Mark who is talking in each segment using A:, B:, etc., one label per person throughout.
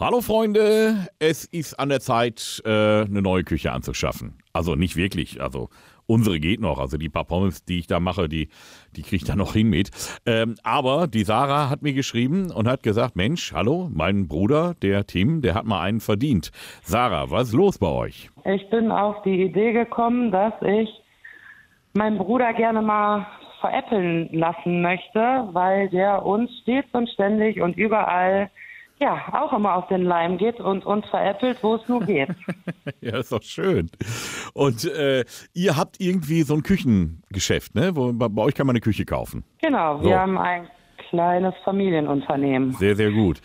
A: Hallo Freunde, es ist an der Zeit, äh, eine neue Küche anzuschaffen. Also nicht wirklich, also unsere geht noch. Also die paar Pommes, die ich da mache, die, die kriege ich da noch hin mit. Ähm, aber die Sarah hat mir geschrieben und hat gesagt, Mensch, hallo, mein Bruder, der Tim, der hat mal einen verdient. Sarah, was ist los bei euch?
B: Ich bin auf die Idee gekommen, dass ich meinen Bruder gerne mal veräppeln lassen möchte, weil der uns stets und ständig und überall ja auch immer auf den Leim geht und uns veräppelt, wo es nur geht.
A: Ja, ist doch schön. Und äh, ihr habt irgendwie so ein Küchengeschäft, ne? Wo, bei, bei euch kann man eine Küche kaufen.
B: Genau, wir
A: So.
B: haben ein kleines Familienunternehmen.
A: Sehr, sehr gut.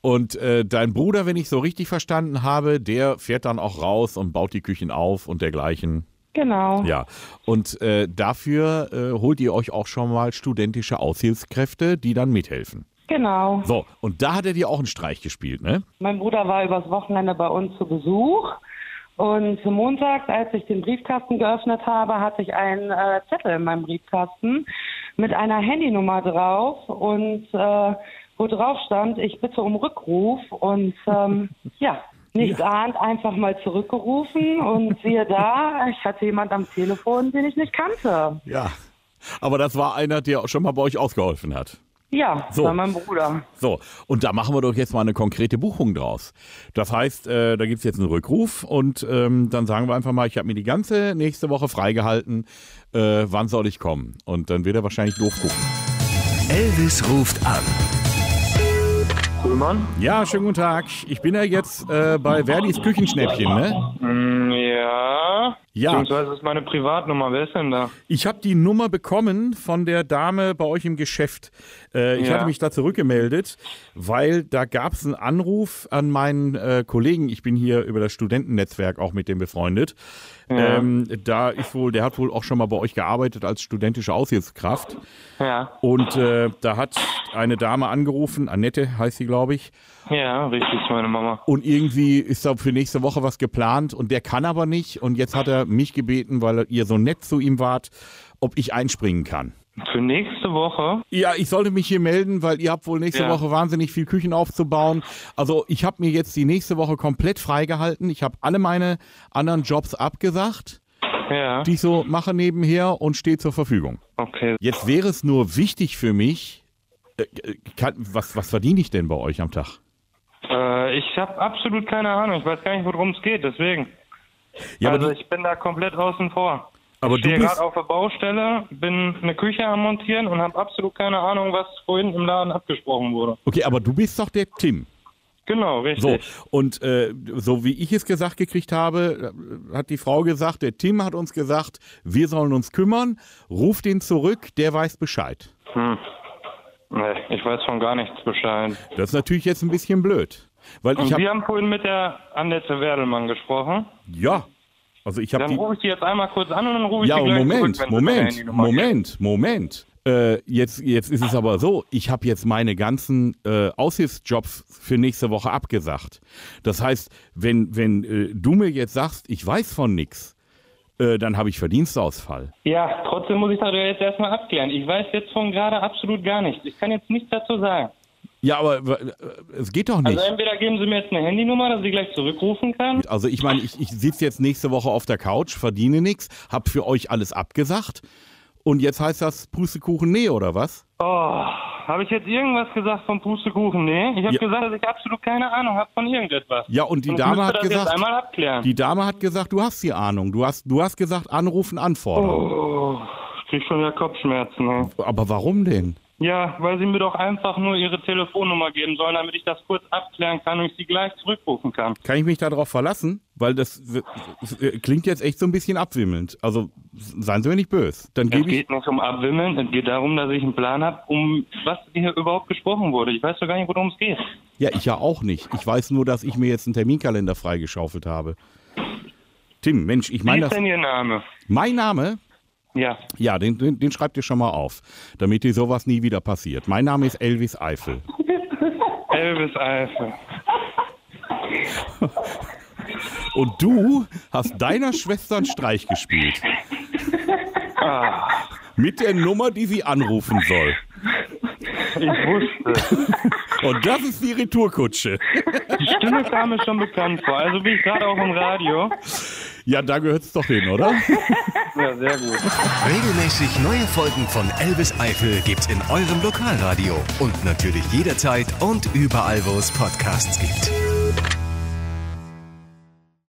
A: Und äh, dein Bruder, wenn ich so richtig verstanden habe, der fährt dann auch raus und baut die Küchen auf und dergleichen.
B: Genau.
A: Ja. Und äh, dafür äh, holt ihr euch auch schon mal studentische Aushilfskräfte, die dann mithelfen.
B: Genau.
A: So, und da hat er dir auch einen Streich gespielt, ne?
B: Mein Bruder war übers Wochenende bei uns zu Besuch. Und montags, als ich den Briefkasten geöffnet habe, hatte ich einen äh, Zettel in meinem Briefkasten mit einer Handynummer drauf und äh, wo drauf stand, ich bitte um Rückruf und ähm, ja, nicht ahnt, einfach mal zurückgerufen und siehe da, ich hatte jemand am Telefon, den ich nicht kannte.
A: Ja. Aber das war einer, der auch schon mal bei euch ausgeholfen hat.
B: Ja,
A: So.
B: war mein Bruder.
A: So, und da machen wir doch jetzt mal eine konkrete Buchung draus. Das heißt, äh, da gibt's jetzt einen Rückruf und ähm, dann sagen wir einfach mal, ich habe mir die ganze nächste Woche freigehalten, äh, wann soll ich kommen? Und dann wird er wahrscheinlich doof gucken.
C: Elvis ruft an.
D: Kuhlmann?
A: Ja, schönen guten Tag. Ich bin ja jetzt äh, bei Verdis Küchenschnäppchen, ne?
D: Ja.
A: Ja,
D: Beziehungsweise ist meine Privatnummer. Wer ist denn da?
A: ich habe die Nummer bekommen von der Dame bei euch im Geschäft. Äh, ich
D: Ja.
A: hatte mich da zurückgemeldet, weil da gab's einen Anruf an meinen äh, Kollegen. Ich bin hier über das Studentennetzwerk auch mit dem befreundet. Ähm, da ist wohl, der hat wohl auch schon mal bei euch gearbeitet als studentische Aushilfskraft.
D: Ja.
A: Und äh, da hat eine Dame angerufen, Annette heißt sie, glaube ich.
D: Ja, richtig, ist meine Mama.
A: Und irgendwie ist da für nächste Woche was geplant und der kann aber nicht. Und jetzt hat er mich gebeten, weil ihr so nett zu ihm wart, ob ich einspringen kann.
D: Für nächste Woche?
A: Ja, ich sollte mich hier melden, weil ihr habt wohl nächste
D: Ja.
A: Woche wahnsinnig viel Küchen aufzubauen. Also ich habe mir jetzt die nächste Woche komplett freigehalten. Ich habe alle meine anderen Jobs abgesagt,
D: Ja.
A: die ich so mache nebenher und stehe zur Verfügung.
D: Okay.
A: Jetzt wäre es nur wichtig für mich, äh, kann, was, was verdiene ich denn bei euch am Tag?
D: Äh, ich habe absolut keine Ahnung. Ich weiß gar nicht, worum es geht, deswegen.
A: Ja,
D: also
A: aber, du,
D: ich bin da komplett außen vor.
A: aber
D: ich
A: du
D: stehe
A: bist.
D: gerade auf der Baustelle, bin eine Küche am Montieren und habe absolut keine Ahnung, was vorhin im Laden abgesprochen wurde.
A: Okay, aber du bist doch der Tim.
D: Genau,
A: So,
D: richtig.
A: und äh, so wie ich es gesagt gekriegt habe, äh, hat die Frau gesagt, der Tim hat uns gesagt, wir sollen uns kümmern, ruf den zurück, der weiß Bescheid.
D: Nee, ich weiß von gar nichts Bescheid.
A: Das ist natürlich jetzt ein bisschen blöd. Weil ich
D: Und wir
A: habe,
D: haben vorhin mit der Annette Werdelmann gesprochen.
A: ja, also ich habe
D: Dann
A: die...
D: rufe ich die jetzt einmal kurz an und dann rufe ich
A: Ja,
D: die gleich
A: Moment,
D: zurück, wenn sie meine
A: Moment,
D: Handynummer geben.
A: Moment, Moment. Äh, jetzt, jetzt ist es aber so, ich habe jetzt meine ganzen äh, Aushilfsjobs für nächste Woche abgesagt. Das heißt, wenn, wenn äh, du mir jetzt sagst, ich weiß von nichts, äh, dann habe ich Verdienstausfall.
D: Ja, trotzdem muss ich das jetzt erstmal abklären. Ich weiß jetzt von gerade absolut gar nichts. Ich kann jetzt nichts dazu sagen.
A: Ja, aber w- äh, es geht doch nicht.
D: Also entweder geben Sie mir jetzt eine Handynummer, dass ich gleich zurückrufen kann.
A: Also ich meine, ich, ich sitze jetzt nächste Woche auf der Couch, verdiene nichts, hab für euch alles abgesagt und jetzt heißt das Pustekuchen nee oder was?
D: Oh, habe ich jetzt irgendwas gesagt vom Pustekuchen? Nee, ich habe
A: Ja.
D: gesagt, dass ich absolut keine Ahnung habe von irgendetwas.
A: Ja, und die
D: und ich
A: Dame
D: müsste
A: hat
D: das
A: gesagt-
D: jetzt einmal abklären.
A: Die Dame hat gesagt, du hast die Ahnung, du hast, du hast gesagt, anrufen, anfordern.
D: oh, ich krieg schon wieder Kopfschmerzen. Ne?
A: Aber warum denn?
D: Ja, weil Sie mir doch einfach nur Ihre Telefonnummer geben sollen, damit ich das kurz abklären kann und ich Sie gleich zurückrufen kann.
A: Kann ich mich darauf verlassen? Weil das, das äh, klingt jetzt echt so ein bisschen abwimmelnd. Also seien Sie mir nicht böse. Dann
D: Es
A: gebe ich.
D: geht nicht um Abwimmeln, es geht darum, dass ich einen Plan habe, um was hier überhaupt gesprochen wurde. Ich weiß doch gar nicht, worum es geht.
A: Ja, ich ja auch nicht. Ich weiß nur, dass ich mir jetzt einen Terminkalender freigeschaufelt habe. Tim, Mensch, ich
D: Wie
A: meine
D: ist
A: das.
D: denn Ihr Name?
A: Mein Name
D: Ja,
A: Ja, den, den, den schreibt ihr schon mal auf, damit dir sowas nie wieder passiert. Mein Name ist Elvis Eifel.
D: Elvis Eifel.
A: Und du hast deiner Schwester einen Streich gespielt. Mit der Nummer, die sie anrufen soll.
D: Ich wusste.
A: Und das ist die Retourkutsche.
D: Die Stimme kam mir schon bekannt vor. Also bin ich gerade auch im Radio.
A: Ja, da gehört es doch hin, oder?
D: Ja, sehr gut.
C: Regelmäßig neue Folgen von Elvis Eifel gibt's in eurem Lokalradio und natürlich jederzeit und überall, wo es Podcasts gibt.